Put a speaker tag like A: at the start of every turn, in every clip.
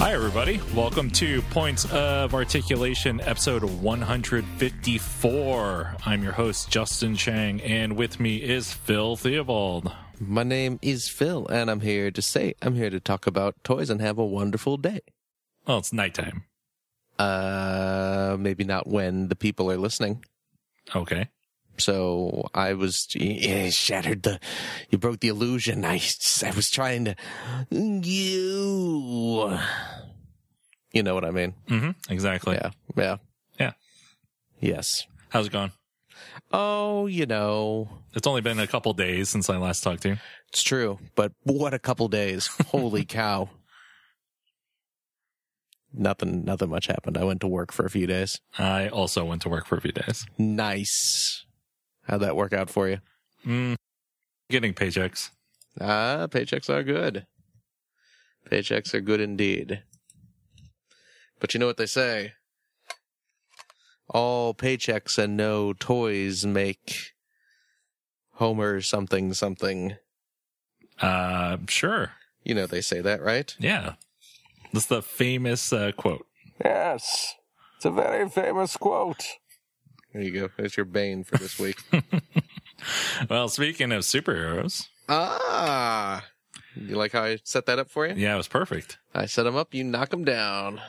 A: Hi, everybody. Welcome to Points of Articulation, episode 154. I'm your host, Justin Chang, and with me is Phil Theobald.
B: My name is Phil, and I'm here to say I'm here to talk about toys and have a wonderful day.
A: Well, it's nighttime.
B: Uh, maybe not when the people are listening.
A: Okay.
B: So I was yeah, shattered. The you broke the illusion. I I was trying to you. You know what I mean?
A: Mm-hmm. Exactly.
B: Yeah, yeah,
A: Yeah.
B: yes.
A: How's it going?
B: Oh, you know,
A: It's only been a couple days since I last talked to you.
B: it's true. But what a couple days! Holy cow! Nothing, nothing much happened. I went to work for a few days.
A: I also went to work for a few days.
B: Nice. How'd that work out for you?
A: Mm. Getting paychecks.
B: Ah, paychecks are good. Paychecks are good indeed. But you know what they say? All paychecks and no toys make Homer something something.
A: Uh, sure.
B: You know they say that, right?
A: Yeah. That's the famous uh, quote.
B: Yes. It's a very famous quote. There you go. That's your bane for this week.
A: Well, speaking of superheroes,
B: ah. You like how I set that up for you?
A: yeah, it was perfect.
B: I set them up, you knock them down.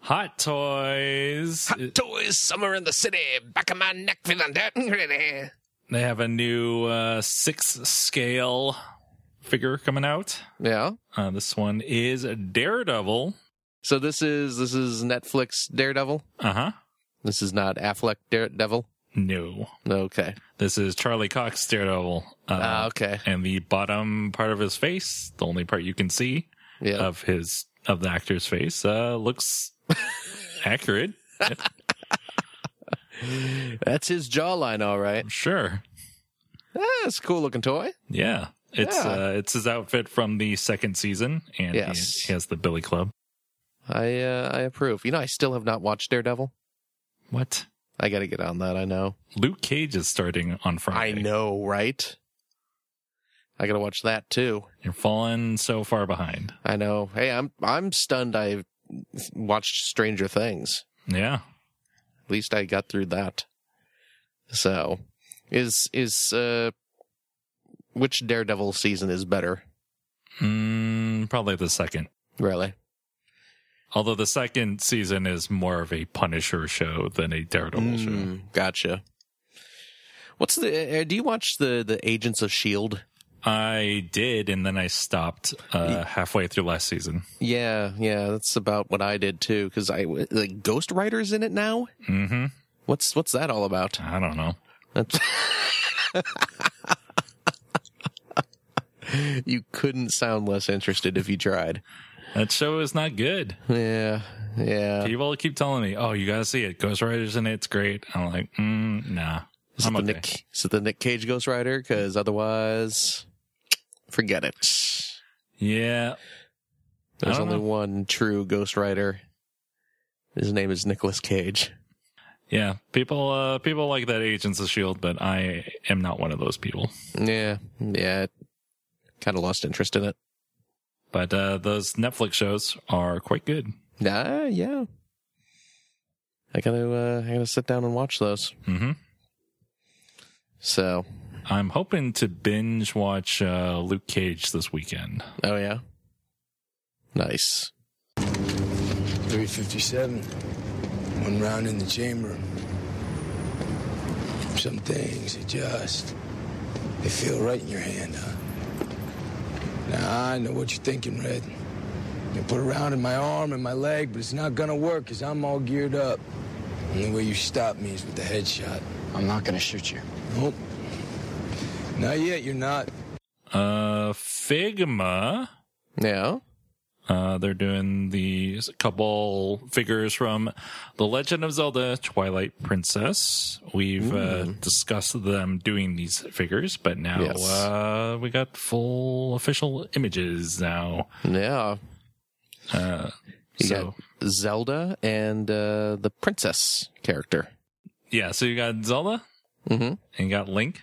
A: Hot Toys.
B: toys somewhere in the city. Back of my neck feeling dirt and gritty.
A: They have a new uh, six scale figure coming out.
B: Yeah.
A: Uh, this one is a Daredevil.
B: So this is this is Netflix Daredevil.
A: Uh huh.
B: This is not Affleck Daredevil.
A: No,
B: Okay.
A: this is Charlie Cox Daredevil. Uh,
B: Ah, okay.
A: And the bottom part of his face, the only part you can see
B: Yeah.
A: of his of the actor's face, uh, looks accurate.
B: That's his jawline, all right.
A: Sure.
B: That's a cool looking toy.
A: Yeah. It's
B: Yeah.
A: uh it's his outfit from the second season and he-
B: Yes.
A: he has the Billy Club.
B: I uh, I approve. You know, I still have not watched Daredevil.
A: What?
B: I got to get on that. I know.
A: Luke Cage is starting on
B: I
A: Friday.
B: know, right? I got to watch that too.
A: You're falling so far behind.
B: I know. Hey, I'm I'm stunned. I watched Stranger Things.
A: Yeah.
B: At least I got through that. So, is is uh, which Daredevil season is better?
A: Mm, probably the second.
B: Really?
A: Although the second season is more of a Punisher show than a Daredevil show.
B: Mm, gotcha. What's the? Uh, do you watch the the Agents of Shield?
A: I did, and then I stopped uh, halfway through last season.
B: Yeah, yeah, that's about what I did too. Because I like Ghost Rider's in it now.
A: hmm
B: What's what's that all about?
A: I don't know.
B: That's- you couldn't sound less interested if you tried.
A: That show is not good.
B: Yeah, yeah.
A: People keep telling me, "Oh, you gotta see it. Ghost Rider's in it. It's great." I'm like, mm, "Nah,
B: Is it,
A: I'm
B: the
A: okay."
B: Nick, is it the Nick Cage Ghost Rider? Because otherwise, forget it.
A: yeah,
B: There's
A: I don't
B: only
A: know.
B: one true Ghost Rider. His name is Nicolas Cage.
A: yeah. People, uh, people like that Agents of Shield, but I am not one of those people.
B: Yeah, yeah. Kind of lost interest in it.
A: But uh, those Netflix shows are quite good.
B: Nah, yeah. I gotta, uh, I gotta sit down and watch those.
A: hmm
B: So,
A: I'm hoping to binge watch uh, Luke Cage this weekend.
B: oh yeah, nice.
C: 357. One round in the chamber. Some things are just. They feel right in your hand, huh? Now, I know what you're thinking, Red. You put a round in my arm and my leg, but it's not gonna work because I'm all geared up. Only way you stop me is with the headshot.
D: I'm not gonna shoot you.
C: Nope. Not yet, you're not.
A: Uh, Figma,
B: Yeah,
A: uh, they're doing these couple figures from The Legend of Zelda Twilight Princess. We've uh, discussed them doing these figures, but now
B: Yes.
A: uh, we got full official images now.
B: yeah.
A: Uh,
B: You
A: so.
B: got Zelda and uh, the princess character.
A: Yeah, so you got Zelda
B: Mm-hmm.
A: and you got Link.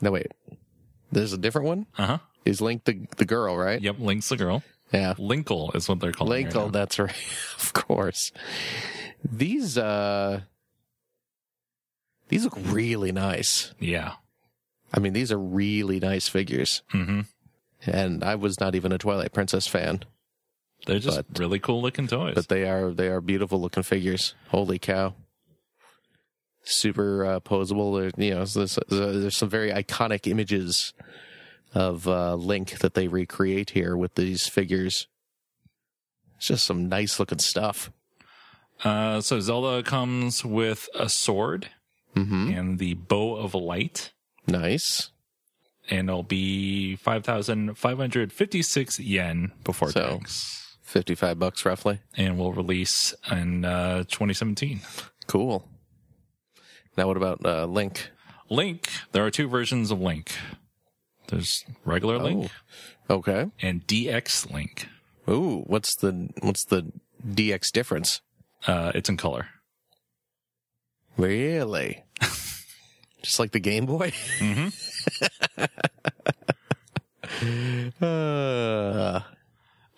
B: No, wait. There's a different one.
A: Uh huh.
B: Is Link the the girl, right?
A: Yep, Link's the girl.
B: Yeah.
A: Linkle is what they're called.
B: Linkle, that's right. of course. These uh these look really nice.
A: Yeah.
B: I mean, these are really nice figures.
A: hmm
B: And I was not even a Twilight Princess fan,
A: They're just really cool looking toys.
B: but they are they are beautiful looking figures. Holy cow. Super uh, posable. There, you know, so there's, so there's some very iconic images of uh, Link that they recreate here with these figures. It's just some nice looking stuff.
A: uh, so Zelda comes with a sword
B: hmm
A: and the bow of light,
B: Nice.
A: and it'll be five thousand five hundred fifty-six yen before
B: So-
A: tax,
B: 55 bucks roughly.
A: and will release in uh, 2017.
B: Cool. Now, what about uh, Link?
A: Link. There are two versions of Link. There's regular
B: Oh.
A: Link
B: Okay.
A: and DX Link.
B: Ooh, what's the what's the DX difference?
A: Uh, it's in color.
B: Really? Just like the Game Boy? Mm-hmm.
A: hmm
B: Uh,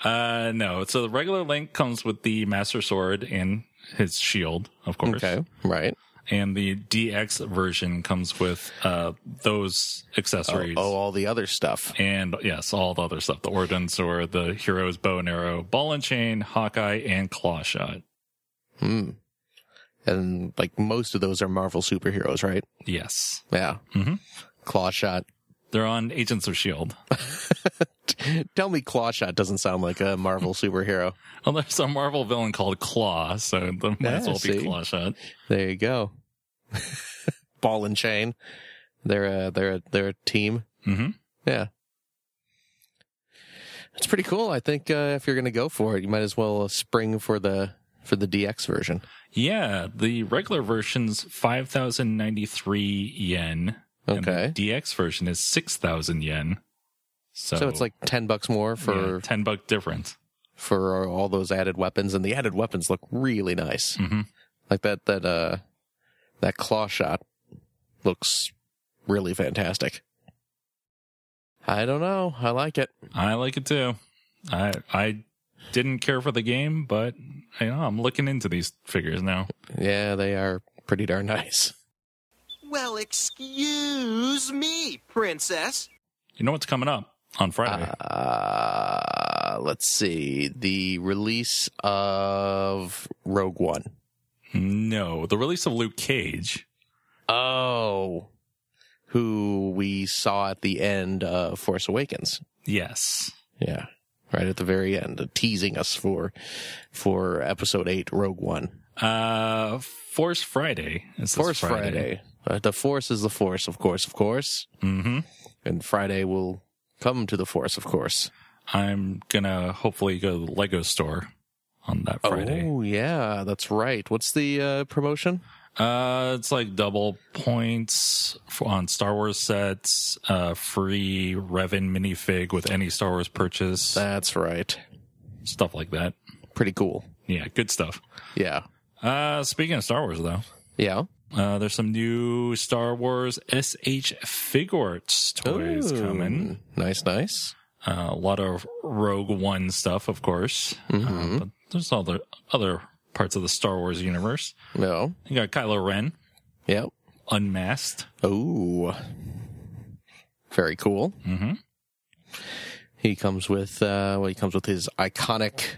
A: Uh, no. So the regular Link comes with the Master Sword and his shield, of course.
B: okay. Right.
A: And the DX version comes with uh those
B: Oh,
A: accessories.
B: oh, all the other stuff.
A: And yes, all the other stuff. The Ordon Sword, the Hero's Bow and Arrow, Ball and Chain, Hawkeye, and Claw Shot.
B: Hmm. And like most of those are Marvel superheroes, right?
A: Yes.
B: Yeah.
A: Mhm.
B: Claw shot.
A: They're on Agents of S.H.I.E.L.D.
B: Tell me Claw shot doesn't sound like a Marvel superhero.
A: Well, Oh, there's a Marvel villain called Claw, so it might as
B: Yeah,
A: well be
B: see?
A: Claw Shot.
B: There you go. Ball and chain. They're a they're a they're a team.
A: hmm
B: Yeah. It's pretty cool. I think uh, if you're going to go for it, you might as well spring for the for the DX version.
A: Yeah, the regular version's 5,093 yen. and the
B: Okay.
A: DX version is 6,000 yen. So,
B: So it's like 10 bucks more for
A: yeah, 10 buck difference.
B: for all those added weapons and the added weapons look really nice.
A: Mhm.
B: Like that that uh that claw shot looks really fantastic. I don't know. I like it.
A: I like it too. I I didn't care for the game, but you know, I'm looking into these figures now.
B: Yeah, they are pretty darn nice.
D: Well, excuse me, princess.
A: You know what's coming up on Friday?
B: Uh, let's see. The release of Rogue One.
A: no, the release of Luke Cage.
B: Oh, who we saw at the end of Force Awakens.
A: Yes.
B: Yeah, right at the very end, uh, teasing us for for Episode Eight, Rogue One.
A: Uh Force Friday. It's this
B: Force Friday. Uh, the Force is the Force, of course, of course,
A: Mm-hmm.
B: and Friday will come to the Force, of course.
A: I'm gonna hopefully go to the Lego store on that Friday.
B: Oh yeah, that's right. What's the uh, promotion?
A: Uh, it's like double points for, on Star Wars sets, uh, free Revan minifig with any Star Wars purchase,
B: That's right.
A: stuff like that.
B: Pretty cool.
A: Yeah, good stuff.
B: Yeah.
A: Uh, speaking of Star Wars though,
B: Yeah.
A: uh, there's some new Star Wars SH Figuarts toys
B: Ooh,
A: coming.
B: Nice, nice.
A: Uh, a lot of Rogue One stuff, of course. Uh, but there's all the other parts of the Star Wars universe.
B: No.
A: You got Kylo Ren
B: Yep.
A: unmasked.
B: Oh. Very cool.
A: Mhm.
B: He comes with uh well he comes with his iconic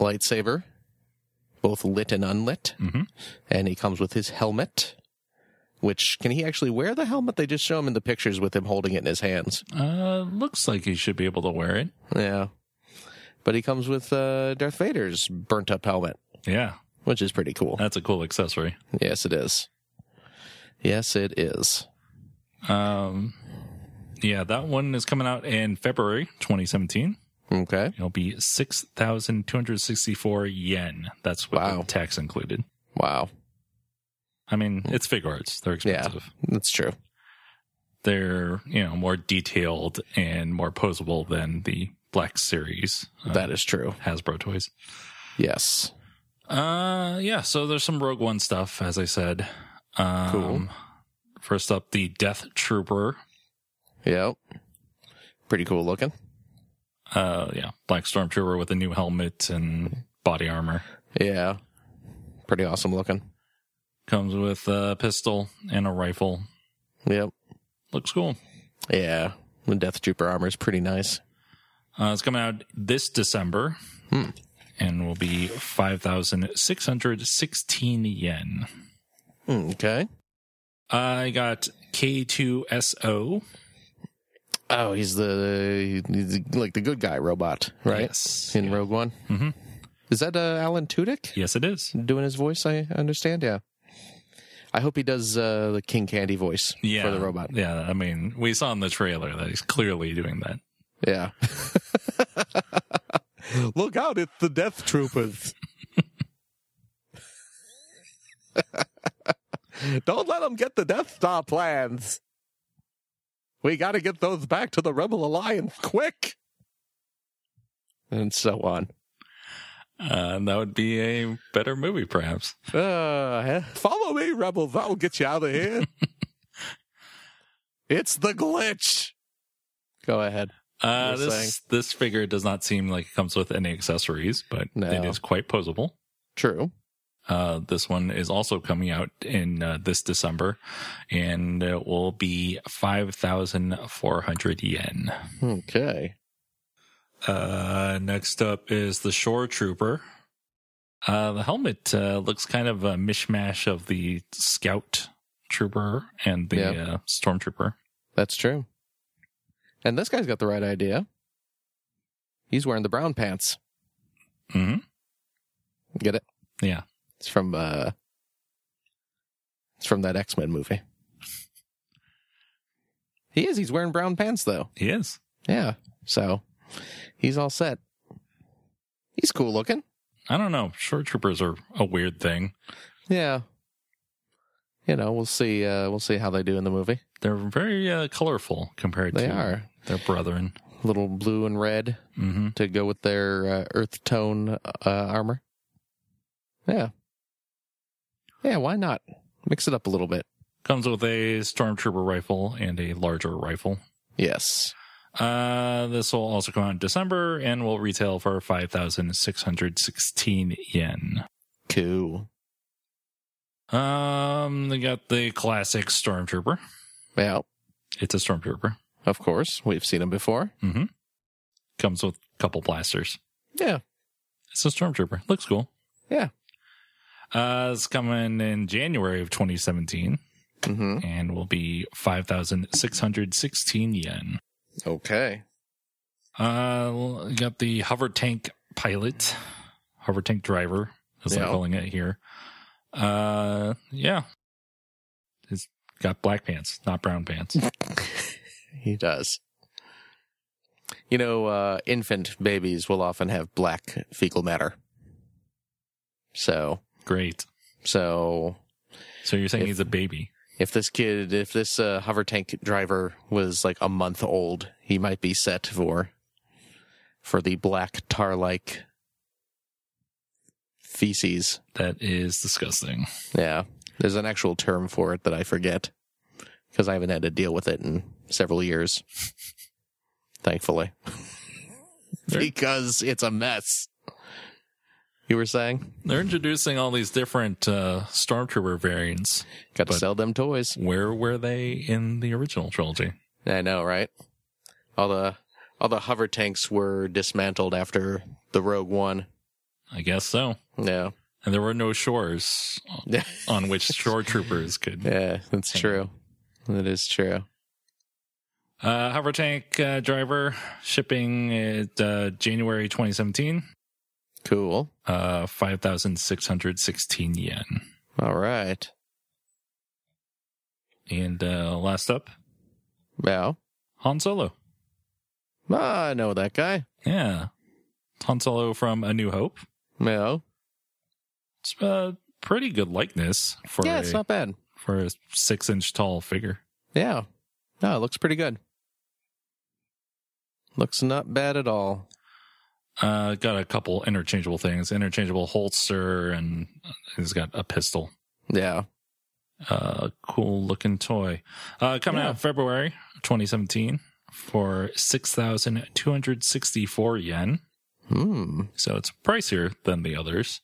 B: lightsaber, both lit and unlit.
A: Mhm.
B: And he comes with his helmet. Which can he actually wear the helmet? They just show him in the pictures with him holding it in his hands.
A: Uh, looks like he should be able to wear it.
B: Yeah. But he comes with uh Darth Vader's burnt up helmet,
A: Yeah,
B: which is pretty cool.
A: that's a cool accessory.
B: Yes, it is. Yes, it is.
A: Um, yeah, that one is coming out in February 2017.
B: Okay.
A: It'll be 6,264 yen. That's with
B: Wow.
A: the tax included.
B: Wow.
A: I mean, it's figure arts. They're
B: Yeah.
A: expensive.
B: That's true.
A: They're, you know, more detailed and more posable than the Black Series uh,
B: That is true.
A: Hasbro toys.
B: Yes.
A: Uh, yeah. So there's some Rogue One stuff, as I said. Um,
B: Cool.
A: First up, the Death Trooper
B: Yep. Pretty cool looking.
A: uh, yeah, Black Stormtrooper with a new helmet and body armor.
B: Yeah. Pretty awesome looking.
A: Comes with a pistol and a rifle.
B: Yep.
A: Looks cool.
B: Yeah. The Death Trooper armor is pretty nice.
A: Uh, it's coming out this December
B: Hmm.
A: and will be 5,616 yen.
B: Mm, Okay.
A: I got K2SO.
B: Oh, he's the he's like the good guy robot, right?
A: Yes.
B: In Rogue One. Mm-hmm. Is that uh, Alan Tudyk
A: Yes, it is.
B: doing his voice? I understand. Yeah. I hope he does uh, the King Candy voice
A: Yeah.
B: for the robot.
A: Yeah. I mean, we saw in the trailer that he's clearly doing that.
B: Yeah. Look out! It's the Death Troopers. Don't let them get the Death Star plans. We got to get those back to the Rebel Alliance quick. And so on.
A: Uh, and that would be a better movie, perhaps.
B: Uh, follow me, rebels. I'll get you out of here. it's the glitch. Go ahead.
A: Uh,
B: You're
A: this
B: saying?
A: this figure does not seem like it comes with any accessories, but
B: No.
A: it is quite posable.
B: True.
A: Uh, this one is also coming out in uh, this December, and it will be five thousand four hundred yen.
B: Okay.
A: Uh, next up is the Shore Trooper. Uh, the helmet uh, looks kind of a mishmash of the Scout Trooper and the
B: Yeah.
A: uh, Stormtrooper.
B: That's true. And this guy's got the right idea. He's wearing the brown pants.
A: hmm
B: Get it?
A: Yeah.
B: It's from uh It's from that X-Men movie. He is, he's wearing brown pants though.
A: He is.
B: Yeah. So he's all set. He's cool looking.
A: I don't know. Shore Troopers are a weird thing.
B: Yeah. You know, we'll see uh we'll see how they do in the movie.
A: They're very uh, colorful compared
B: They
A: to
B: are.
A: their brethren.
B: Little blue and red
A: hmm
B: to go with their uh, earth tone uh, armor. Yeah. Yeah, why not? Mix it up a little bit.
A: Comes with a stormtrooper rifle and a larger rifle.
B: Yes.
A: Uh, this will also come out in December and will retail for 5,616 yen.
B: Cool.
A: Um, they got the classic stormtrooper.
B: Yeah,
A: It's a stormtrooper.
B: of course. We've seen him before.
A: Mm-hmm. Comes with a couple blasters.
B: Yeah.
A: It's a stormtrooper. Looks cool.
B: Yeah.
A: Uh, it's coming in January of 2017
B: Mm-hmm.
A: and will be 5,616 yen.
B: Okay.
A: Uh, you got the hover tank pilot, hover tank driver, as I'm
B: Yeah.
A: calling it here. Uh, yeah. He's got black pants, not brown pants.
B: He does. You know, uh, infant babies will often have black fecal matter. So,
A: Great.
B: so
A: So you're saying
B: If-
A: he's a baby?
B: if this kid, if this uh, hover tank driver was like a month old, he might be set for for the black tar-like feces.
A: That is disgusting.
B: Yeah, there's an actual term for it that I forget because I haven't had to deal with it in several years, thankfully,
A: Sure.
B: because it's a mess. You were saying,
A: They're introducing all these different uh, stormtrooper variants.
B: got to
A: But-
B: sell them toys.
A: Where were they in the original trilogy?
B: I know, right? All the all the hover tanks were dismantled after the Rogue One.
A: I guess so.
B: Yeah,
A: And there were no shores
B: yeah,
A: on which shore troopers could
B: that's true. That is true.
A: Uh, hover tank uh, driver shipping it uh, January 2017,
B: Cool.
A: uh, 5,616 yen.
B: All right.
A: And uh, last up,
B: Wow.
A: Han Solo.
B: Ah, I know that guy.
A: Yeah. Han Solo from A New Hope.
B: No.
A: It's a pretty good likeness for,
B: Yeah, it's
A: a,
B: not bad.
A: for a six inch tall figure.
B: Yeah. No, it looks pretty good. Looks not bad at all.
A: Uh, got a couple interchangeable things, interchangeable holster, and he's got a pistol.
B: Yeah.
A: Uh, cool looking toy. Uh, coming
B: Yeah.
A: out February 2017 for 6,264 yen.
B: Hmm.
A: So it's pricier than the others,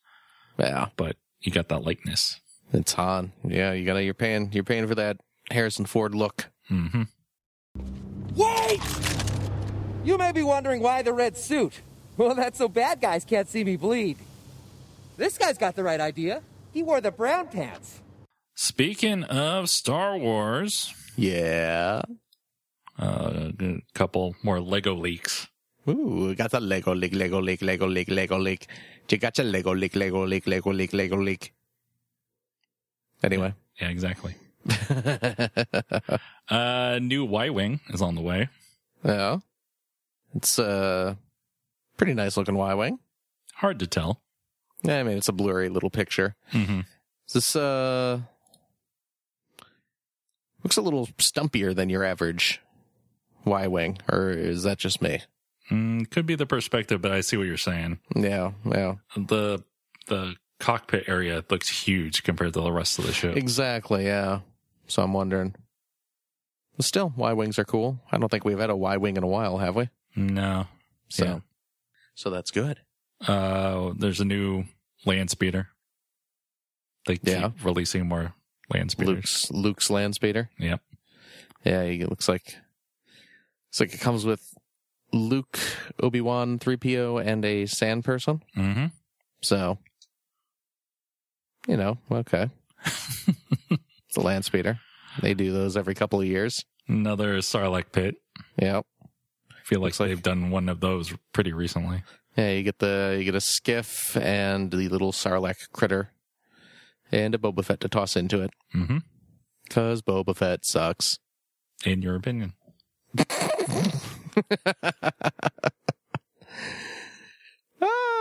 B: Yeah,
A: but you got that likeness.
B: it's Han. Yeah, you gotta. You're paying. You're paying for that Harrison Ford look.
A: hmm
E: Wait! You may be wondering why the red suit. Well, that's so bad guys can't see me bleed. This guy's got the right idea. He wore the brown pants.
A: Speaking of Star Wars,
B: Yeah.
A: uh, a couple more Lego leaks.
B: Ooh, we got the Lego leak, Lego leak, Lego leak, Lego leak. You got your Lego leak, Lego leak, Lego leak, Lego leak. Anyway,
A: Yeah, exactly. uh, new Y Wing is on the way.
B: yeah, it's a pretty nice looking Y wing.
A: Hard to tell.
B: Yeah, I mean it's a blurry little picture.
A: hmm
B: Is this uh looks a little stumpier than your average Y wing, or is that just me?
A: Mm, could be the perspective, but I see what you're saying.
B: Yeah, yeah,
A: The the cockpit area looks huge compared to the rest of the ship.
B: exactly. Yeah, so I'm wondering. Still, Y wings are cool. I don't think we've had a Y wing in a while, have we?
A: no.
B: So,
A: Yeah.
B: so that's good.
A: Uh, there's a new land speeder. They keep
B: Yeah.
A: releasing more land speeders.
B: Luke's Luke's land speeder.
A: Yep.
B: Yeah, he it looks like looks like it comes with Luke, Obi Wan, three PO, and a sand person.
A: hmm
B: So, you know, okay. the land speeder. They do those every couple of years.
A: Another Sarlacc pit.
B: Yeah.
A: I feel like
B: Looks like-
A: they've done one of those pretty recently.
B: Yeah, you get the you get a skiff and the little Sarlacc critter and a Boba Fett to toss into it.
A: hmm
B: Cause Boba Fett sucks.
A: In your opinion.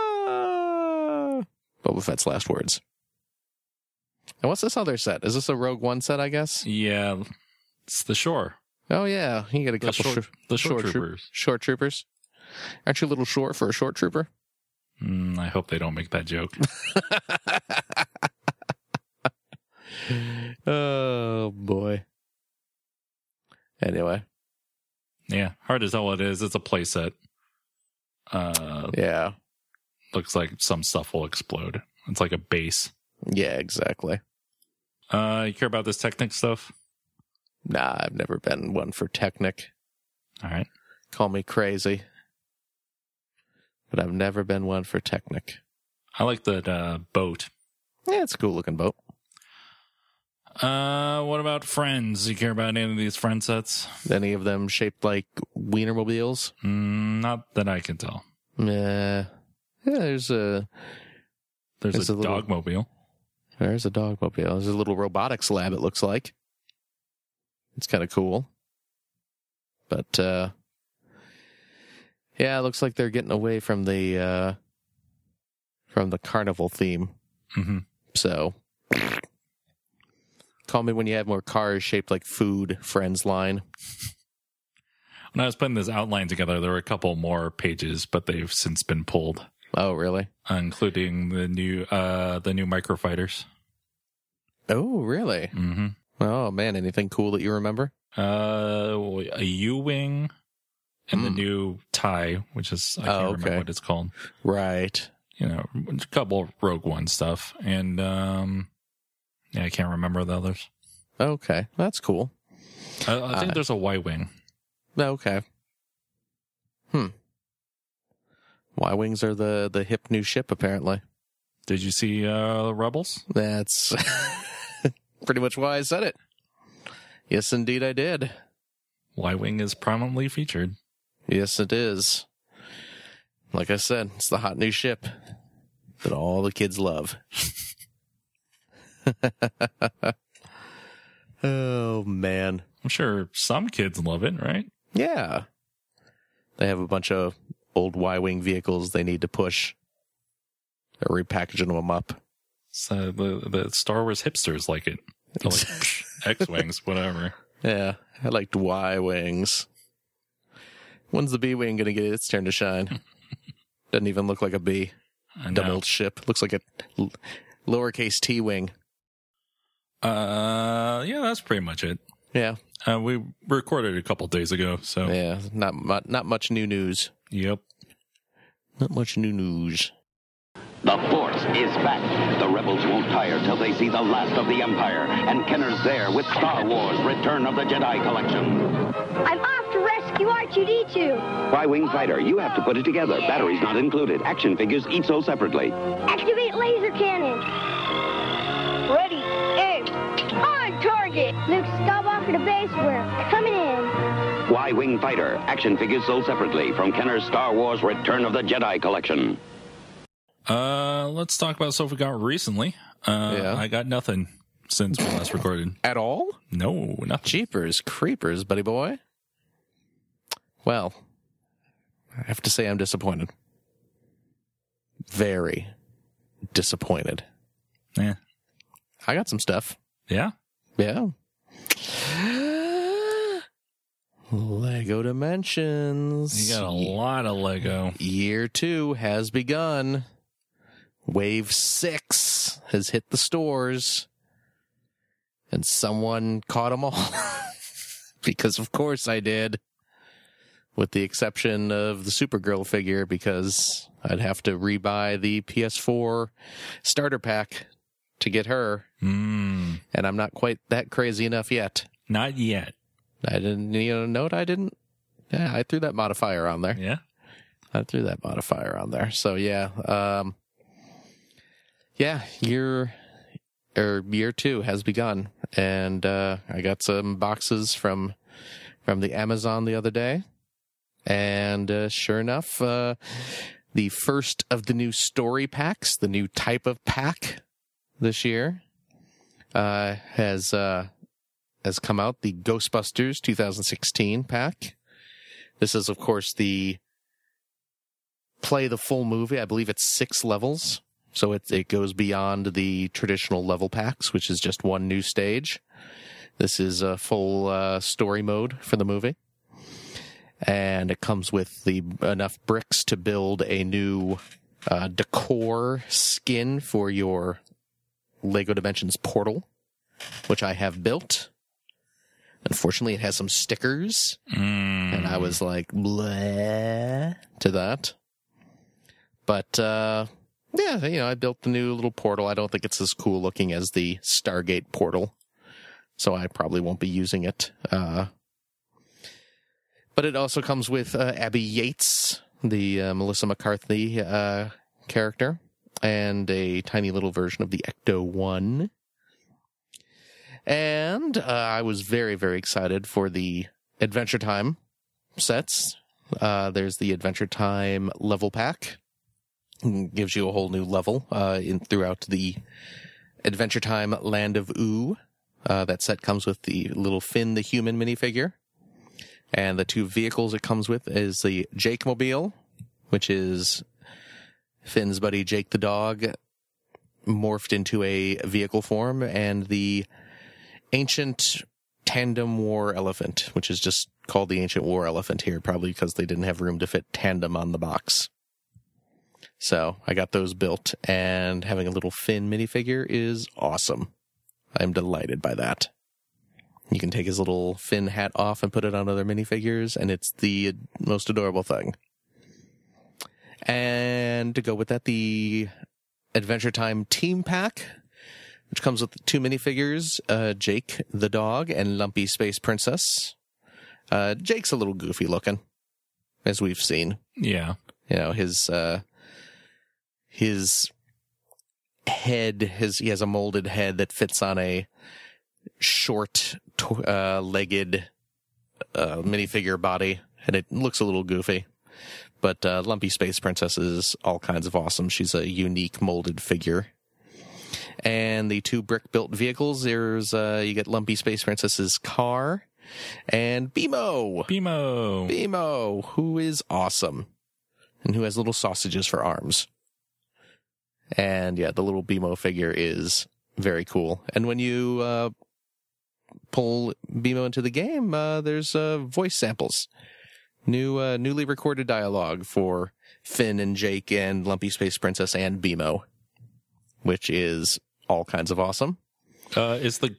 B: Ah. Boba Fett's last words. And what's this other set? Is this a Rogue One set? I guess.
A: Yeah. It's the shore.
B: Oh yeah, you get a
A: The
B: couple
A: short,
B: shor-
A: the short,
B: troop-
A: troopers.
B: short troopers. Aren't you a little short for a short trooper?
A: Mm, I hope they don't make that joke.
B: Oh boy. Anyway,
A: yeah. Hard to tell what it is. It's a playset. Uh,
B: yeah,
A: looks like some stuff will explode. It's like a base.
B: yeah, exactly.
A: Uh, you care about this Technic stuff?
B: Nah, I've never been one for Technic.
A: All right.
B: Call me crazy, but I've never been one for Technic.
A: I like that uh, boat.
B: Yeah, it's a cool looking boat.
A: Uh, what about friends? You care about any of these friend sets?
B: Any of them shaped like Wienermobiles?
A: Mm, not that I can tell.
B: Nah. Yeah, there's a
A: There's
B: It's
A: a,
B: a little-
A: dog mobile.
B: there's a dogmobile. There's a little robotics lab. It looks like it's kind of cool, but uh, yeah, it looks like they're getting away from the uh, from the carnival theme.
A: hmm
B: So, call me when you have more cars shaped like food friends line.
A: When I was putting this outline together, there were a couple more pages, but they've since been pulled, uh,
B: Oh, really?
A: including the new uh the new microfighters.
B: Oh, really?
A: Mm-hmm.
B: Oh man, anything cool that you remember?
A: Uh, a U wing and the
B: Mm.
A: new tie, which is I can't
B: Oh,
A: remember
B: okay.
A: what it's called.
B: Right.
A: You know, a couple Rogue One stuff, and um, yeah, I can't remember the others.
B: Okay, that's cool.
A: I, I think
B: Uh,
A: there's a Y wing.
B: Okay. Hmm. Y wings are the the hip new ship apparently.
A: Did you see uh Rebels?
B: That's pretty much why I said it. Yes, indeed, I did.
A: Y wing is prominently featured.
B: Yes, it is. Like I said, it's the hot new ship that all the kids love. oh man.
A: I'm sure some kids love it, right?
B: Yeah. They have a bunch of old Y Wing vehicles they need to push. They're repackaging them up.
A: So the the Star Wars hipsters like it. They're like X wings, whatever.
B: Yeah, I liked Y Wings. When's the B Wing going to get its turn to shine? Doesn't even look like a B.
A: I know.
B: Double ship. Looks like a l- lowercase T Wing.
A: Uh, yeah, that's pretty much it.
B: Yeah.
A: Uh, we recorded a couple days ago, so
B: Yeah. Not mu- not much new news.
A: yep.
B: Not much new news.
F: The Force is back. The rebels won't tire till they see the last of the Empire. And Kenner's there with Star Wars Return of the Jedi Collection.
G: I'm off to rescue R2D2.
F: Y-Wing Fighter, you have to put it together. Batteries not included. Action figures each sold separately.
G: Activate laser cannon. Ready, aim. On target. Luke, stop off at the base. We're coming in.
F: Y-Wing Fighter, action figures sold separately from Kenner's Star Wars Return of the Jedi Collection.
A: Uh, let's talk about stuff we got recently. Uh,
B: Yeah.
A: I got nothing since we last recorded.
B: At all?
A: No, nothing.
B: Jeepers, creepers, buddy boy. Well, I have to say I'm disappointed. Very disappointed.
A: Yeah.
B: I got some stuff.
A: Yeah.
B: Yeah. Lego Dimensions.
A: You got a lot of Lego.
B: Year two has begun. Wave six has hit the stores. And someone caught them all. because, of course, I did. With the exception of the Supergirl figure, because I'd have to rebuy the PS4 starter pack to get her.
A: Mm,
B: And I'm not quite that crazy enough yet.
A: not yet.
B: I didn't, you know, note I didn't. Yeah, I threw that modifier on there.
A: Yeah.
B: I threw that modifier on there. So yeah, um, yeah, year or year two has begun, and uh, I got some boxes from from the Amazon the other day, and uh, sure enough, uh, the first of the new story packs, the new type of pack this year, uh, has uh, has come out. The Ghostbusters 2016 pack. This is, of course, the play the full movie. I believe it's six levels. So it, it goes beyond the traditional level packs, which is just one new stage. This is a full uh, story mode for the movie. And it comes with the enough bricks to build a new uh, decor skin for your Lego Dimensions portal, which I have built. Unfortunately, it has some stickers
A: Mm,
B: and I was like bleh to that. But uh yeah, you know, I built the new little portal. I don't think it's as cool looking as the Stargate portal. So I probably won't be using it. Uh But it also comes with uh, Abby Yates, the uh, Melissa McCarthy uh character and a tiny little version of the Ecto 1. And uh, I was very, very excited for the Adventure Time sets. Uh, there's the Adventure Time level pack. Gives you a whole new level uh, in throughout the Adventure Time Land of Ooh. Uh, that set comes with the little Finn the human minifigure. And the two vehicles it comes with is the Jake Mobile, which is Finn's buddy Jake the dog morphed into a vehicle form, and the ancient tandem war elephant, which is just called the ancient war elephant here, probably because they didn't have room to fit tandem on the box. So I got those built, and having a little Finn minifigure is awesome. I'm delighted by that. You can take his little Finn hat off and put it on other minifigures, and it's the most adorable thing. And to go with that, the Adventure Time Team Pack, which comes with two minifigures uh, Jake the dog and Lumpy Space Princess. Uh, Jake's a little goofy looking, as we've seen.
A: yeah.
B: You know, his, uh, his head, his, he has a molded head that fits on a short, tw- uh, legged, uh, minifigure body, and it looks a little goofy. But uh, Lumpy Space Princess is all kinds of awesome. She's a unique molded figure. And the two brick built vehicles there's, uh, you get Lumpy Space Princess's car and Beemo.
A: Bimo.
B: Beemo, who is awesome and who has little sausages for arms. And yeah, the little Beemo figure is very cool. And when you uh, pull Beemo into the game, uh, there's uh, voice samples, new uh, newly recorded dialogue for Finn and Jake and Lumpy Space Princess and Beemo, which is all kinds of awesome.
A: Uh, is the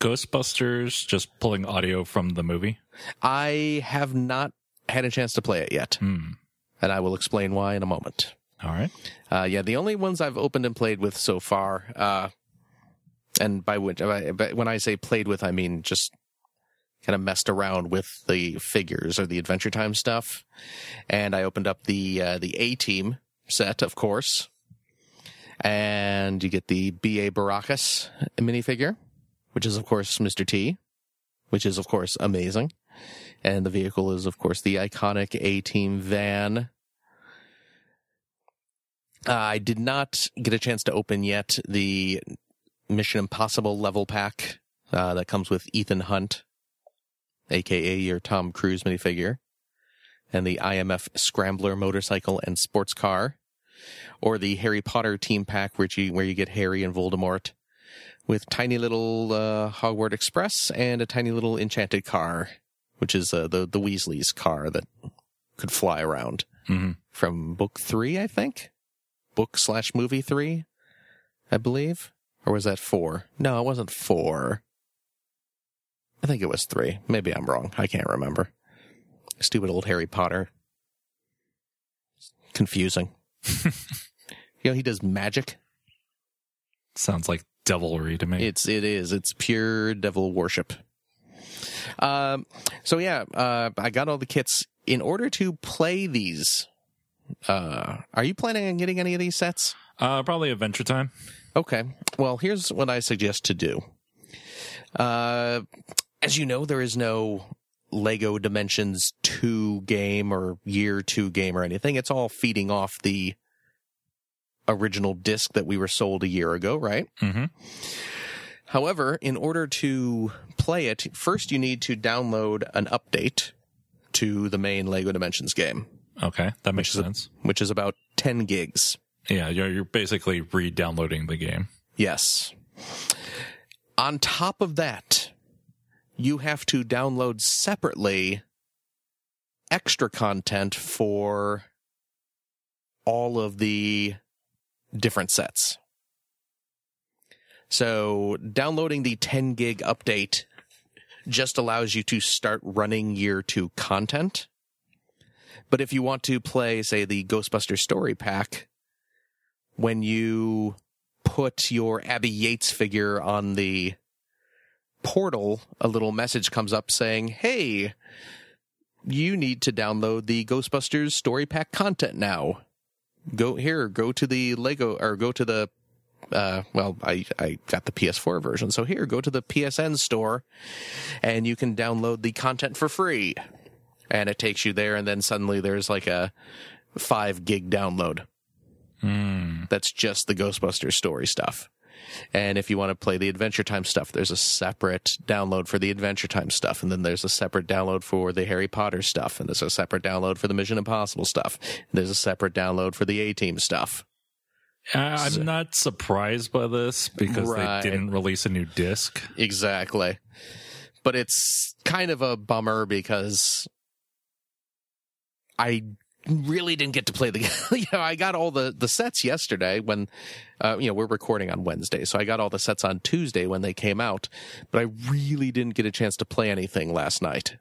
A: Ghostbusters just pulling audio from the movie?
B: I have not had a chance to play it yet, and I will explain why in a moment.
A: Hmm. All right.
B: Uh, yeah, the only ones I've opened and played with so far, uh, and by which by, by, when I say played with, I mean just kind of messed around with the figures or the Adventure Time stuff. And I opened up the uh, the A Team set, of course, and you get the B A Baracus minifigure, which is of course Mister T, which is of course amazing. And the vehicle is, of course, the iconic A Team van. Uh, I did not get a chance to open yet the Mission Impossible level pack uh, that comes with Ethan Hunt, aka your Tom Cruise minifigure, and the IMF Scrambler motorcycle and sports car, or the Harry Potter team pack, which you, where you get Harry and Voldemort with tiny little uh, Hogwarts Express and a tiny little enchanted car, which is uh, the the Weasley's car that could fly around
A: Mhm.
B: from book three, I think, book slash movie three, I believe, or was that four? No, it wasn't four. I think it was three. Maybe I'm wrong. I can't remember. Stupid old Harry Potter. Confusing. you know, he does magic.
A: Sounds like devilry to me.
B: It's it is. It's pure devil worship. Um. So yeah, uh, I got all the kits. In order to play these, uh, are you planning on getting any of these sets?
A: uh, probably Adventure Time.
B: Okay. Well, here's what I suggest to do. Uh, as you know, there is no Lego Dimensions 2 game or year 2 game or anything. It's all feeding off the original disc that we were sold a year ago, right?
A: Mm-hmm.
B: However, in order to play it, first you need to download an update to the main Lego Dimensions game,
A: Okay, that makes
B: is a-
A: sense.
B: which is about 10 gigs.
A: Yeah, you're, you're basically re-downloading the game.
B: Yes. On top of that, you have to download separately extra content for all of the different sets. So, downloading the 10 gig update just allows you to start running year two content. But if you want to play, say, the Ghostbuster Story Pack, when you put your Abby Yates figure on the portal, a little message comes up saying, Hey, you need to download the Ghostbusters story pack content now. Go here, go to the Lego or go to the uh well I I got the PS4 version. So here, go to the PSN store and you can download the content for free. And it takes you there and then suddenly there's like a 5 gig download that's just the Ghostbuster story stuff. And if you want to play the Adventure Time stuff, there's a separate download for the Adventure Time stuff, and then there's a separate download for the Harry Potter stuff, and there's a separate download for the Mission Impossible stuff, and there's a separate download for the A Team stuff.
A: Uh, I'm not surprised by this because
B: Right.
A: they didn't release a new disc.
B: Exactly. But it's kind of a bummer because I really didn't get to play the you know I got all the the sets yesterday when uh you know we're recording on Wednesday so I got all the sets on Tuesday when they came out but I really didn't get a chance to play anything last night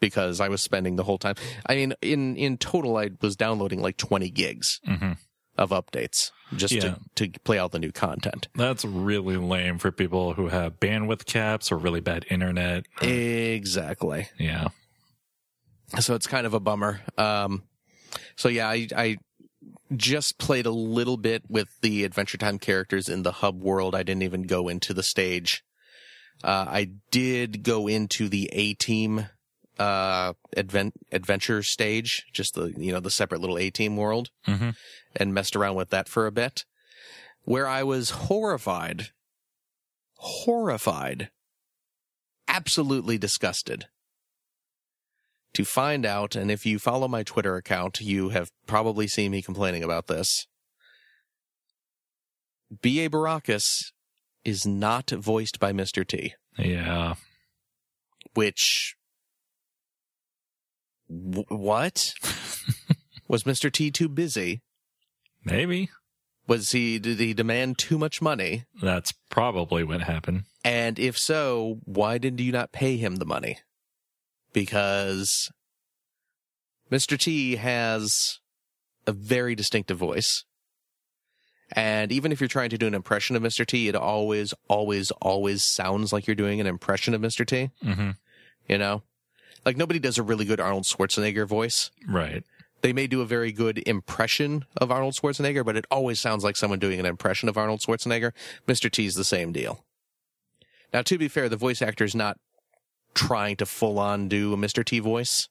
B: because I was spending the whole time I mean in in total I was downloading like 20 gigs
A: Mhm.
B: of updates just to to play all the new content
A: That's really lame for people who have bandwidth caps or really bad internet.
B: exactly
A: Yeah.
B: so it's kind of a bummer. Um, so yeah, I, I just played a little bit with the Adventure Time characters in the hub world. I didn't even go into the stage. Uh, I did go into the A Team uh advent adventure stage, just the you know the separate little A Team world,
A: Mhm.
B: and messed around with that for a bit. Where I was horrified, horrified, absolutely disgusted to find out, and if you follow my Twitter account, you have probably seen me complaining about this. B.A. Baracus is not voiced by Mr. T,
A: Yeah.
B: which. W- what? Was Mr. T too busy?
A: Maybe.
B: Was he did he demand too much money?
A: That's probably what happened.
B: And if so, why did you not pay him the money? Because Mr. T has a very distinctive voice. And even if you're trying to do an impression of Mr. T, it always, always, always sounds like you're doing an impression of Mr. T,
A: hmm
B: you know? Like nobody does a really good Arnold Schwarzenegger voice.
A: Right.
B: They may do a very good impression of Arnold Schwarzenegger, but it always sounds like someone doing an impression of Arnold Schwarzenegger. Mr. T's the same deal. Now, to be fair, the voice actor is not trying to full on do a Mr. T voice.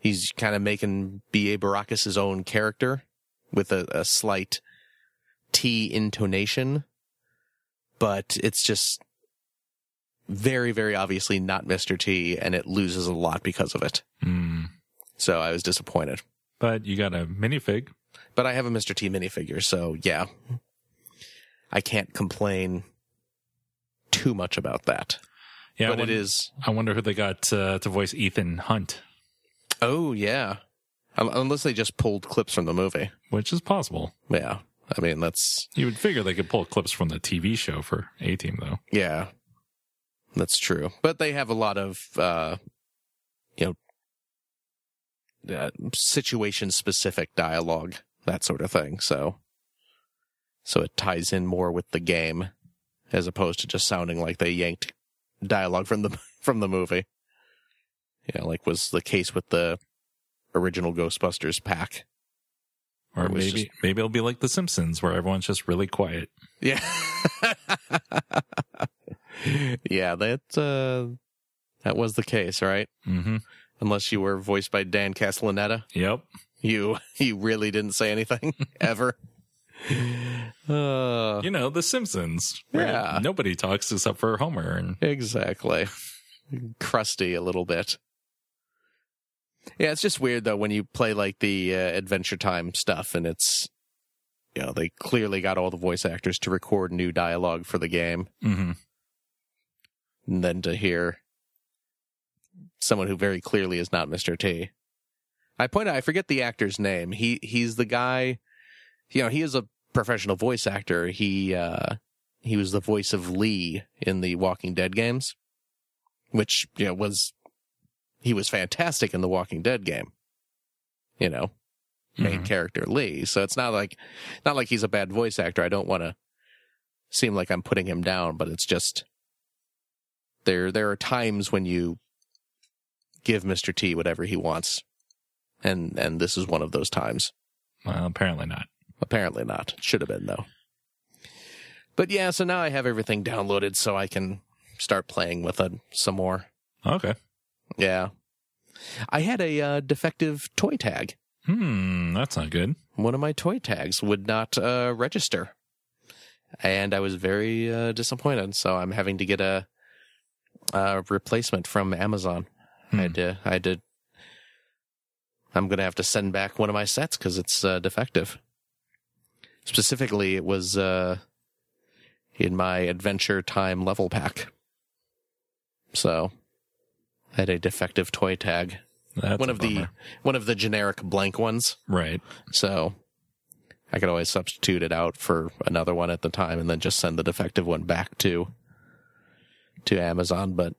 B: He's kind of making B.A. Baracus his own character with a, a slight T intonation, but it's just very, very obviously not Mr. T, and it loses a lot because of it.
A: Mm.
B: So I was disappointed.
A: But you got a minifig.
B: But I have a Mr. T minifigure, so yeah. I can't complain too much about that.
A: Yeah, I
B: but it
A: wonder-
B: is.
A: I wonder who they got uh, to voice Ethan Hunt,
B: Oh, yeah. Um, Unless they just pulled clips from the movie.
A: which is possible.
B: Yeah. I mean, that's,
A: You would figure they could pull clips from the TV show for A Team, though.
B: yeah. That's true. But they have a lot of, uh, you know, uh, situation specific dialogue, that sort of thing. So, so it ties in more with the game as opposed to just sounding like they yanked dialogue from the, from the movie. Yeah. Like was the case with the original Ghostbusters pack.
A: Or
B: It was
A: maybe maybe it'll be like The Simpsons, where everyone's just really quiet.
B: Yeah. yeah, that uh that was the case, right?
A: Mm-hmm.
B: Unless you were voiced by Dan Castellaneta,
A: Yep.
B: you you really didn't say anything ever. Uh,
A: You know, The Simpsons. where
B: Yeah.
A: Nobody talks except for Homer, and
B: exactly. Crusty a little bit. Yeah, it's just weird though when you play like the uh, Adventure Time stuff and it's you know, they clearly got all the voice actors to record new dialogue for the game.
A: Mhm.
B: and then to hear someone who very clearly is not Mr. T. I point out, I forget the actor's name. He he's the guy, you know, he is a professional voice actor. He uh he was the voice of Lee in the Walking Dead games, which you know was he was fantastic in the Walking Dead game. You know, main
A: Mhm.
B: character Lee. So it's not like not like he's a bad voice actor. I don't want to seem like I'm putting him down, but it's just there there are times when you give Mr. T whatever he wants. And and this is one of those times.
A: Mm-hmm. well, apparently not.
B: Apparently not. Should have been though. But yeah, so now I have everything downloaded so I can start playing with it some more.
A: Okay.
B: Yeah. I had a uh, defective toy tag.
A: Hmm. That's not good.
B: one of my toy tags would not uh, register. And I was very uh, disappointed. So I'm having to get a, a replacement from Amazon. I
A: Hmm.
B: had to, I had to, I'm going to have to send back one of my sets because it's uh, defective. Specifically, it was uh, in my Adventure Time level pack. So I had a defective toy tag.
A: That's
B: one
A: a
B: of the
A: bummer.
B: one of the generic blank ones.
A: right.
B: So I could always substitute it out for another one at the time and then just send the defective one back to to Amazon, but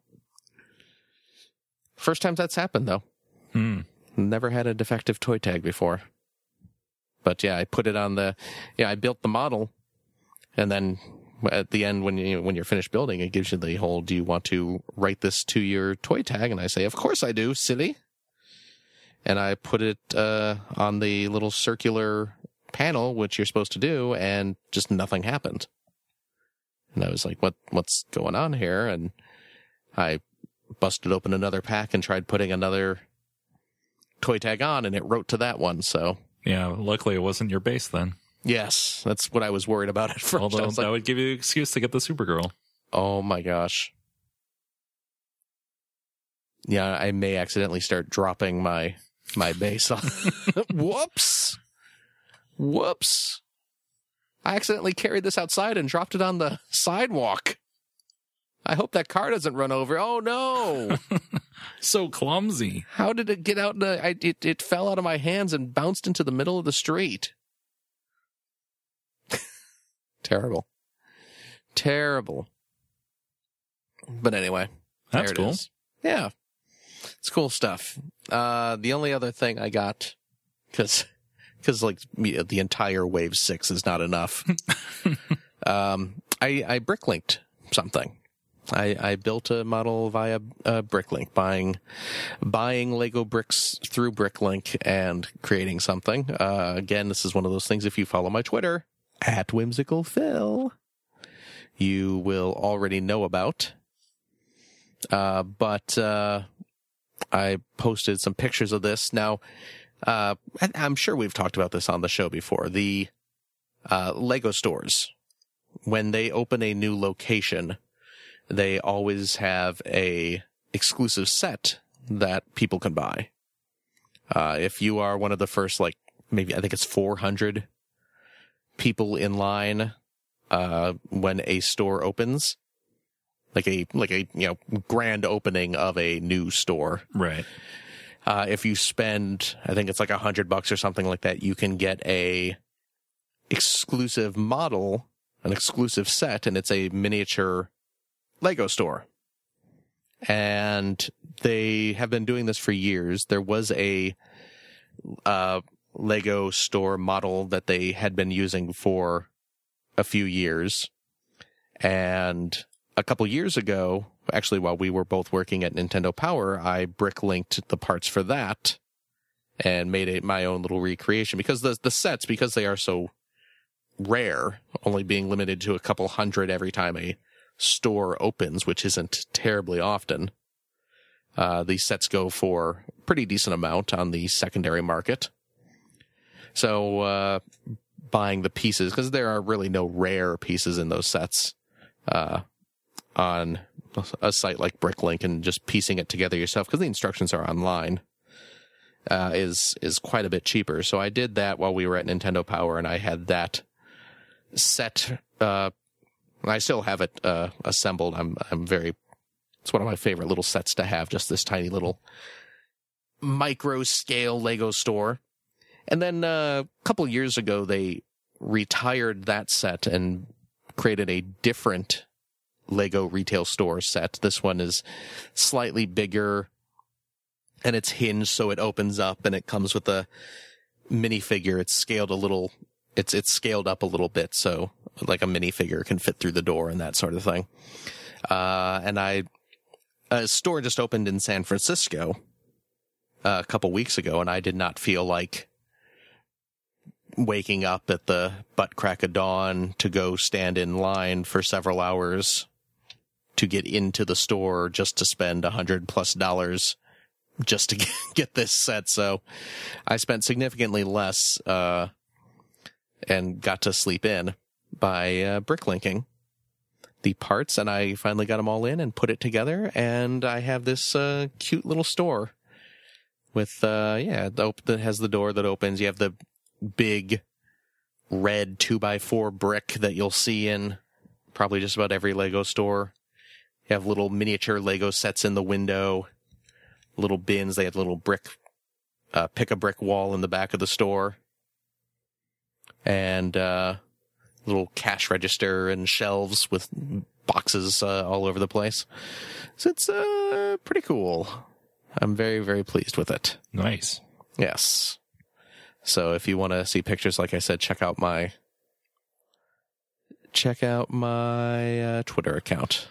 B: first time that's happened though.
A: Hmm.
B: Never had a defective toy tag before. But yeah, I put it on the yeah, I built the model and then at the end when you when you're finished building, it gives you the whole do you want to write this to your toy tag and I say, "Of course I do, silly." and I put it uh, on the little circular panel, which you're supposed to do, and just nothing happened. And I was like, "What? What's going on here?" And I busted open another pack and tried putting another toy tag on, and it wrote to that one. So
A: Yeah. Luckily, it wasn't your base then.
B: yes, that's what I was worried about at first. I
A: Although
B: was
A: that
B: like,
A: would give you an excuse to get the Supergirl.
B: "Oh my gosh." Yeah, I may accidentally start dropping my my base on. Whoops. Whoops. I accidentally carried this outside and dropped it on the sidewalk. I hope that car doesn't run over. Oh no.
A: So clumsy.
B: How did it get out? in the- I, it, it fell out of my hands and bounced into the middle of the street. Terrible. Terrible. But anyway,
A: That's
B: there it
A: cool.
B: is. Yeah. It's cool stuff. Uh, the only other thing I got, cause, cause like me- the entire wave six is not enough. um, I, I bricklinked something. I, I built a model via uh, Bricklink, buying buying Lego bricks through Bricklink and creating something. Uh, again, this is one of those things. If you follow my Twitter at whimsical phil, you will already know about. Uh, but uh, I posted some pictures of this. Now, uh, and I'm sure we've talked about this on the show before. The uh, Lego stores, when they open a new location, they always have a exclusive set that people can buy. Uh, if you are one of the first, like maybe I think it's 400 people in line, uh, when a store opens, like a, like a, you know, grand opening of a new store,
A: Right.
B: uh, if you spend, I think it's like a hundred bucks or something like that, you can get a exclusive model, an exclusive set, and it's a miniature Lego store. And they have been doing this for years. There was a, uh, Lego store model that they had been using for a few years. And a couple years ago, actually, while we were both working at Nintendo Power, I bricklinked the parts for that and made it my own little recreation because the the sets because they are so rare, only being limited to a couple hundred every time a store opens, which isn't terribly often. Uh, these sets go for a pretty decent amount on the secondary market. So uh, buying the pieces because there are really no rare pieces in those sets uh, on a site like Bricklink and just piecing it together yourself because the instructions are online uh, is is quite a bit cheaper. So I did that while we were at Nintendo Power, and I had that set. Uh, I still have it uh, assembled. I'm I'm very. It's one of my favorite little sets to have. Just this tiny little micro scale Lego store. And then uh, a couple years ago, they retired that set and created a different Lego retail store set. This one is slightly bigger and it's hinged so it opens up and it comes with a minifigure. It's scaled a little, it's, it's scaled up a little bit. So like a minifigure can fit through the door and that sort of thing. Uh, and I, a store just opened in San Francisco uh, a couple weeks ago and I did not feel like waking up at the butt crack of dawn to go stand in line for several hours to get into the store just to spend a hundred plus dollars just to get this set. So I spent significantly less, uh, and got to sleep in by uh, bricklinking the parts and I finally got them all in and put it together. And I have this, uh, cute little store with, uh, yeah, the op- that has the door that opens. You have the big red two by four brick that you'll see in probably just about every Lego store. You have little miniature Lego sets in the window, little bins. They had little brick, uh, pick a brick wall in the back of the store and, uh, little cash register and shelves with boxes, uh, all over the place. So it's, uh, pretty cool. I'm very, very pleased with it.
A: Nice.
B: Yes. So if you want to see pictures, like I said, check out my check out my uh, Twitter account.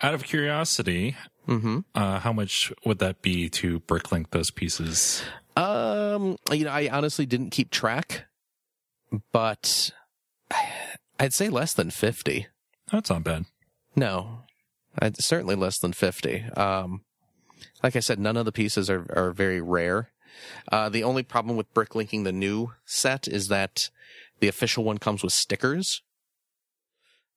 A: Out of curiosity,
B: Mm-hmm.
A: uh, how much would that be to bricklink those pieces?
B: Um, you know, I honestly didn't keep track, but I'd say less than fifty.
A: That's not bad.
B: No, I'd, certainly less than 50. Um, like I said, none of the pieces are, are very rare. Uh, the only problem with bricklinking the new set is that the official one comes with stickers,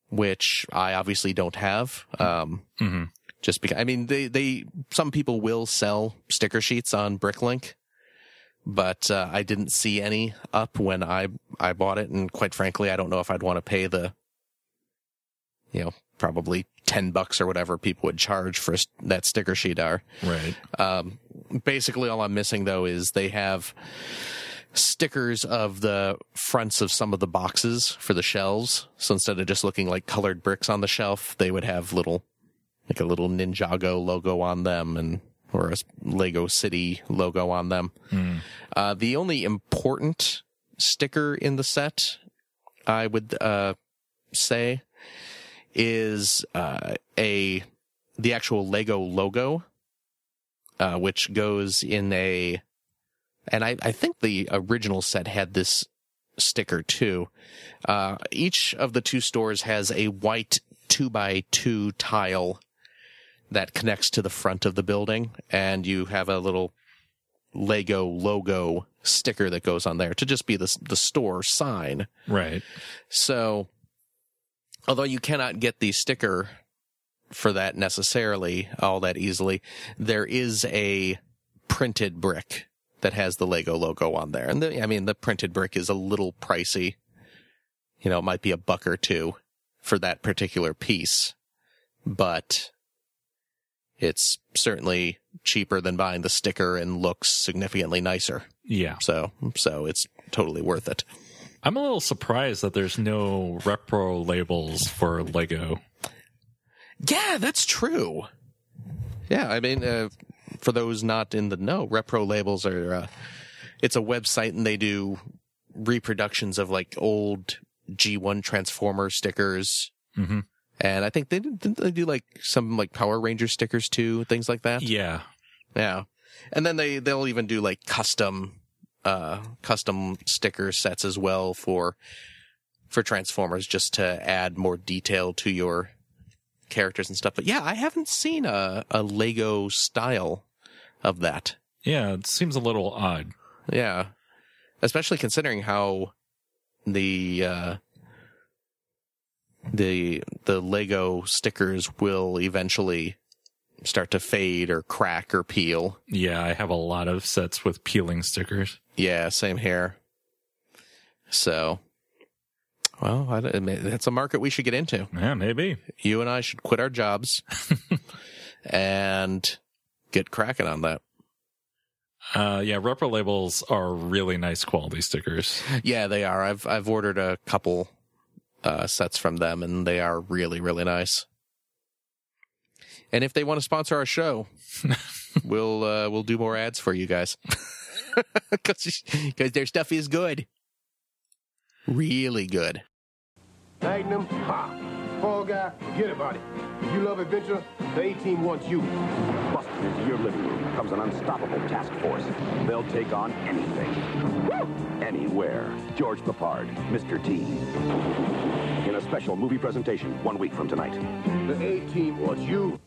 B: which I obviously don't have. Um,
A: hmm
B: just because I mean they they some people will sell sticker sheets on Bricklink, but uh, I didn't see any up when I I bought it, and quite frankly, I don't know if I'd want to pay the you know probably ten bucks or whatever people would charge for s- that sticker sheet are.
A: Right.
B: Um, basically, all I'm missing though is they have stickers of the fronts of some of the boxes for the shelves. So instead of just looking like colored bricks on the shelf, they would have little, like a little Ninjago logo on them and, or a Lego City logo on them. Uh, the only important sticker in the set, I would, uh, say is, uh, a, the actual Lego logo, uh, which goes in a, and I, I think the original set had this sticker too. Uh, each of the two stores has a white two by two tile that connects to the front of the building, and you have a little Lego logo sticker that goes on there to just be the the store sign.
A: Right.
B: So, although you cannot get the sticker for that necessarily all that easily, there is a printed brick that has the Lego logo on there. And the, I mean, the printed brick is a little pricey. You know, it might be a buck or two for that particular piece, but it's certainly cheaper than buying the sticker and looks significantly nicer.
A: Yeah.
B: So, so it's totally worth it.
A: I'm a little surprised that there's no repro labels for Lego.
B: Yeah, that's true. Yeah, I mean, uh, for those not in the know, Repro labels are uh, it's a website and they do reproductions of like old G1 Transformer stickers,
A: Mhm.
B: and I think they didn't they do like some like Power Ranger stickers too, things like that.
A: Yeah.
B: Yeah. And then they, they'll even do like custom, uh, custom sticker sets as well for, for Transformers just to add more detail to your characters and stuff. But yeah, I haven't seen a, a Lego style of that.
A: Yeah. It seems a little odd.
B: Yeah. Especially considering how the, uh, the, the Lego stickers will eventually start to fade or crack or peel.
A: Yeah. I have a lot of sets with peeling stickers.
B: Yeah, same here. So, well, I, I mean, that's a market we should get into.
A: Yeah. Maybe.
B: You and I should quit our jobs and get cracking on that.
A: Uh, yeah. Repro labels are really nice quality stickers.
B: Yeah, they are. I've I've ordered a couple uh, sets from them, and they are really really nice. And if they want to sponsor our show, we'll uh, we'll do more ads for you guys because their stuff is good, really good.
H: Magnum, ha. Fall guy, get it, buddy. If you love adventure, the A-Team wants you.
F: Busted into your living room comes an unstoppable task force. They'll take on anything, anywhere. George Papard, Mr. T. In a special movie presentation one week from tonight.
H: The A-Team wants you.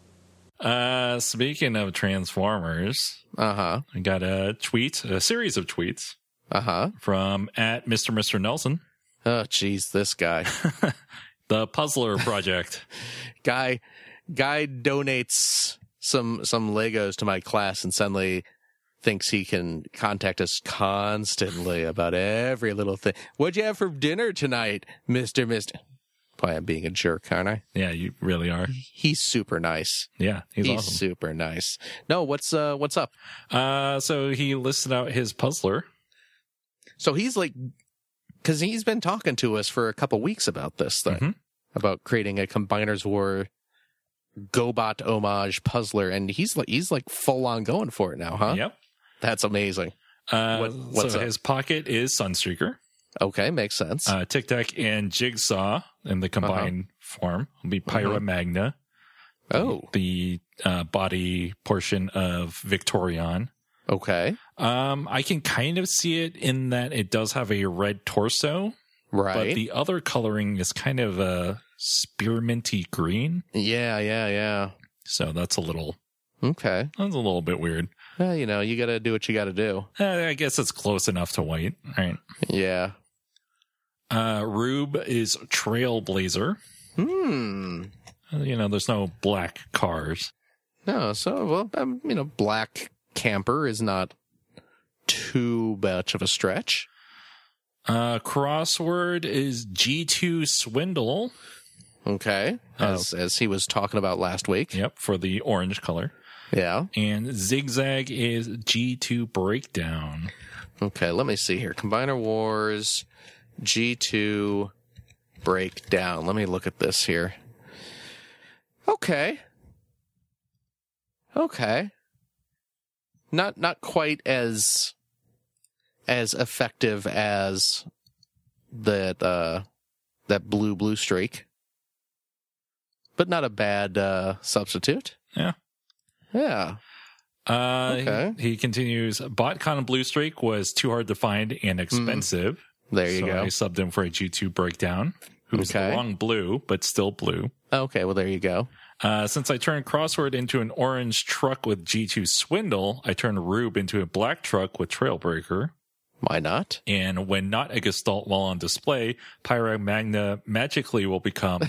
A: Uh, speaking of Transformers,
B: Uh huh.
A: I got a tweet, a series of tweets
B: Uh huh.
A: from at Mr. Mr. Nelson,
B: Oh, jeez, this guy,
A: the Puzzler Project.
B: guy, guy donates some some Legos to my class, and suddenly thinks he can contact us constantly about every little thing. What'd you have for dinner tonight, Mister Mister? Boy, I'm being a jerk, aren't I?
A: yeah, you really are.
B: He's super nice.
A: Yeah, he's,
B: He's,
A: awesome.
B: super nice. No, what's uh, what's up?
A: Uh, so he listed out his puzzler.
B: So he's like, because he's been talking to us for a couple weeks about this thing,
A: Mhm.
B: about creating a Combiners War GoBot homage puzzler, and he's like, he's like full on going for it now, huh?
A: Yep.
B: That's amazing.
A: Uh,
B: What- what's
A: so
B: up?
A: his pocket is Sunstreaker,
B: Okay, makes sense.
A: uh, Tic Tac, and Jigsaw in
B: Uh-huh.
A: the combined form. Will be Pyra Magna,
B: oh,
A: the uh, body portion of Victorion.
B: okay,
A: Um, I can kind of see it in that it does have a red torso,
B: right.
A: but the other coloring is kind of a spearminty green.
B: yeah, yeah, yeah.
A: So that's a little
B: Okay.
A: that's a little bit weird.
B: Well, you know, you got to do what you got to do.
A: Uh, I guess it's close enough to white, right?
B: Yeah.
A: Uh, Rube is Trailblazer.
B: Hmm.
A: Uh, You know, there's no black cars.
B: No, so well, um, you know, black camper is not too much of a stretch.
A: Uh, crossword is G2 Swindle.
B: Okay. As as he was talking about last week.
A: Yep, for the orange color.
B: Yeah.
A: And zigzag is G2 Breakdown.
B: Okay, let me see here. Combiner Wars, G2, Breakdown. Let me look at this here. Okay. Okay. Not not quite as as effective as that uh that blue blue streak. But not a bad uh substitute.
A: Yeah.
B: Yeah.
A: Uh, he-
B: Okay.
A: he, continues. BotCon Blue Streak was too hard to find and expensive.
B: Hmm. There you
A: so
B: go.
A: I subbed him for a G2 breakdown, who's
B: Okay.
A: the wrong blue, but still blue.
B: Okay, well there you go.
A: Uh, since I turned Crossword into an orange truck with G2 Swindle, I turned Rube into a black truck with Trailbreaker.
B: Why not?
A: And when not a Gestalt while on display, Pyro Magna magically will become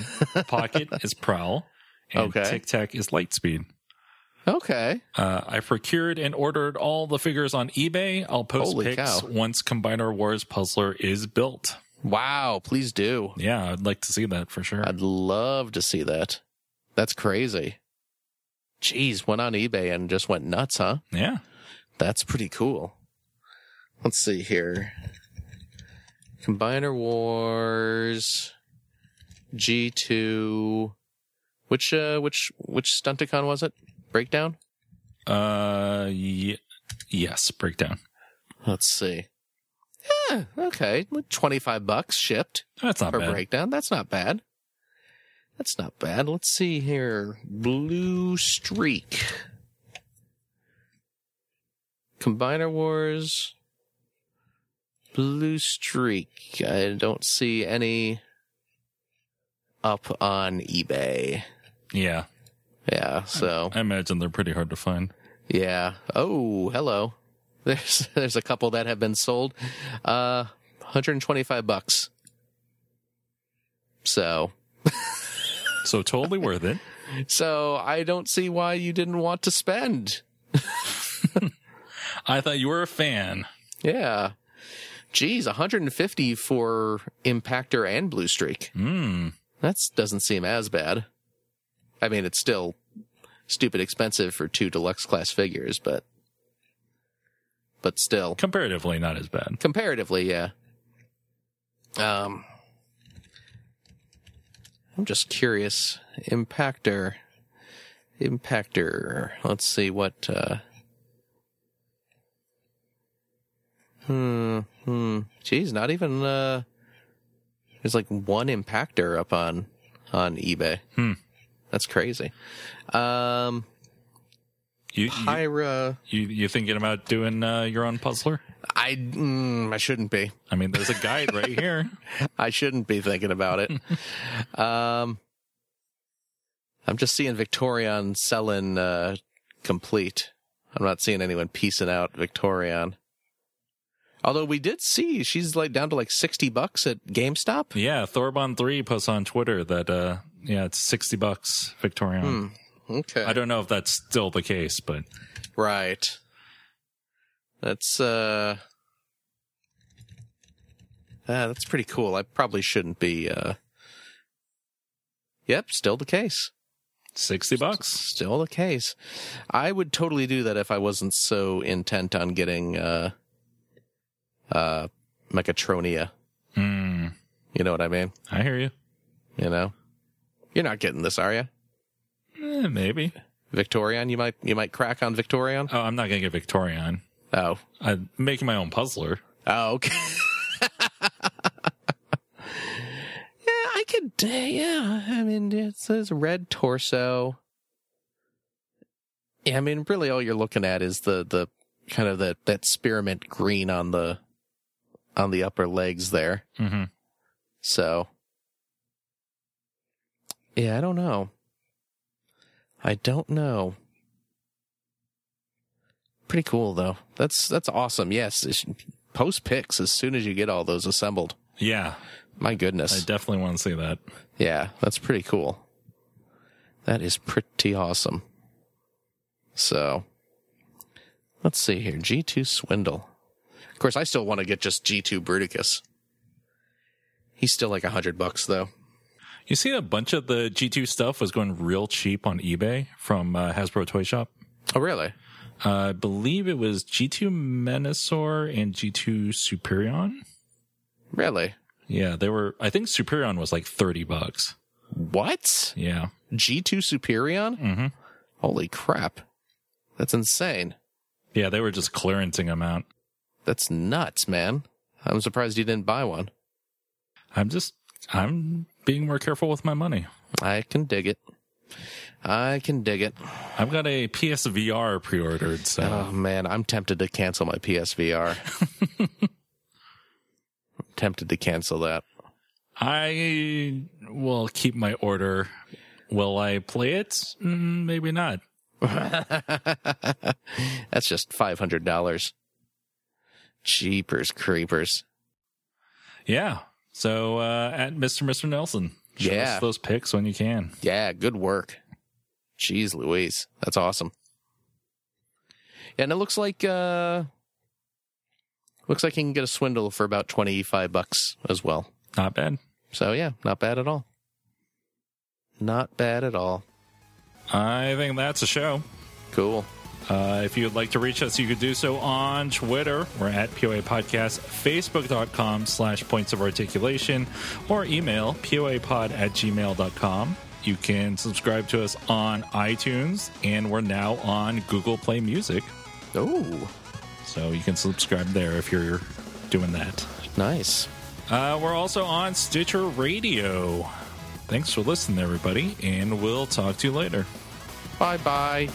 A: Pocket is Prowl and
B: Okay.
A: Tic Tac is Lightspeed.
B: Okay.
A: Uh, I procured and ordered all the figures on eBay. I'll post
B: Holy
A: pics
B: cow.
A: once Combiner Wars Puzzler is built.
B: Wow, please do.
A: Yeah, I'd like to see that for sure.
B: I'd love to see that. That's crazy. Jeez, went on eBay and just went nuts, huh?
A: yeah.
B: That's pretty cool. Let's see here. Combiner Wars G2 which uh which which stunticon was it? Breakdown?
A: Uh, ye- yes, breakdown.
B: Let's see. Yeah, okay. 25 bucks shipped.
A: That's not
B: for
A: bad.
B: breakdown. That's not bad. That's not bad. Let's see here. Blue Streak. Combiner Wars. Blue Streak. I don't see any up on eBay.
A: Yeah,
B: Yeah, so
A: I imagine they're pretty hard to find.
B: yeah. Oh, hello. There's there's a couple that have been sold. Uh 125 bucks. So,
A: So totally worth it.
B: So I don't see why you didn't want to spend.
A: I thought you were a fan.
B: Yeah. Geez, 150 for Impactor and Blue Streak.
A: Hmm.
B: That doesn't seem as bad. I mean, it's still stupid expensive for two deluxe class figures, but but still,
A: Comparatively, not as bad.
B: comparatively, yeah. Um, I'm just curious. Impactor, impactor. Let's see what. Uh, hmm. Hmm. Geez, not even. Uh, there's like one impactor up on on eBay.
A: Hmm.
B: That's crazy. Um,
A: You you,
B: Pyra.
A: you, you thinking about doing uh, your own puzzler?
B: I mm, I shouldn't be.
A: I mean, there's a guide right here.
B: I shouldn't be thinking about it. um, I'm just seeing Victorian selling uh, complete. I'm not seeing anyone piecing out Victorian. Although we did see she's like down to like sixty bucks at GameStop.
A: Yeah, Thorbon three posts on Twitter that uh, yeah, it's sixty bucks Victorian.
B: Okay,
A: I don't know if that's still the case, but
B: right. That's uh, ah, that's pretty cool. I probably shouldn't be. uh Yep, still the case.
A: sixty bucks.
B: still the case. I would totally do that if I wasn't so intent on getting uh uh Mechatronia.
A: Hmm.
B: You know what I mean?
A: I hear you.
B: You know? You're not getting this, are you?
A: Eh, maybe.
B: Victorian, you might you might crack on Victorian?
A: Oh, I'm not gonna get Victorian.
B: Oh.
A: I'm making my own puzzler.
B: Oh, okay. yeah, I could uh, yeah, I mean it says red torso. Yeah, I mean really all you're looking at is the the kind of that that spearmint green on the on the upper legs there.
A: Mm-hmm.
B: So Yeah, I don't know. I don't know. Pretty cool though. That's that's awesome. Yes, it's- post pics as soon as you get all those assembled.
A: Yeah,
B: My goodness.
A: I definitely want to see that.
B: Yeah, that's pretty cool. That is pretty awesome. So, let's see here. G2 Swindle. Of course, I still want to get just G2 Bruticus. He's still like a hundred bucks though.
A: You see, a bunch of the G2 stuff was going real cheap on eBay from uh, Hasbro Toy Shop.
B: Oh, really?
A: I believe it was G2 Menasor and G2 Superion.
B: Really?
A: Yeah, they were, I think Superion was like 30 bucks.
B: What?
A: Yeah.
B: G2 Superion?
A: hmm
B: Holy crap. That's insane.
A: Yeah, they were just clearancing them out.
B: That's nuts, man. I'm surprised you didn't buy one.
A: I'm just, I'm being more careful with my money.
B: I can dig it. I can dig it.
A: I've got a PSVR pre ordered, so.
B: Oh man, I'm tempted to cancel my PSVR. I'm tempted to cancel that.
A: I will keep my order. Will I play it? Mm, maybe not.
B: That's just five hundred dollars. Jeepers creepers.
A: Yeah. So uh, at Mr. Mr. Nelson, show
B: Yeah.
A: us those picks when you can.
B: Yeah, good work. Jeez Louise. That's awesome. And it looks like uh looks like you can get a swindle for about twenty five bucks as well.
A: Not bad.
B: So yeah, not bad at all. Not bad at all.
A: I think that's a show.
B: Cool.
A: Uh, if you'd like to reach us, you could do so on Twitter. We're at POA Podcast, Facebook.com slash points of articulation, or email POApod at gmail.com. You can subscribe to us on iTunes, and we're now on Google Play Music.
B: Oh,
A: So you can subscribe there if you're doing that.
B: nice.
A: Uh, we're also on Stitcher Radio. Thanks for listening, everybody, and we'll talk to you later.
B: Bye bye.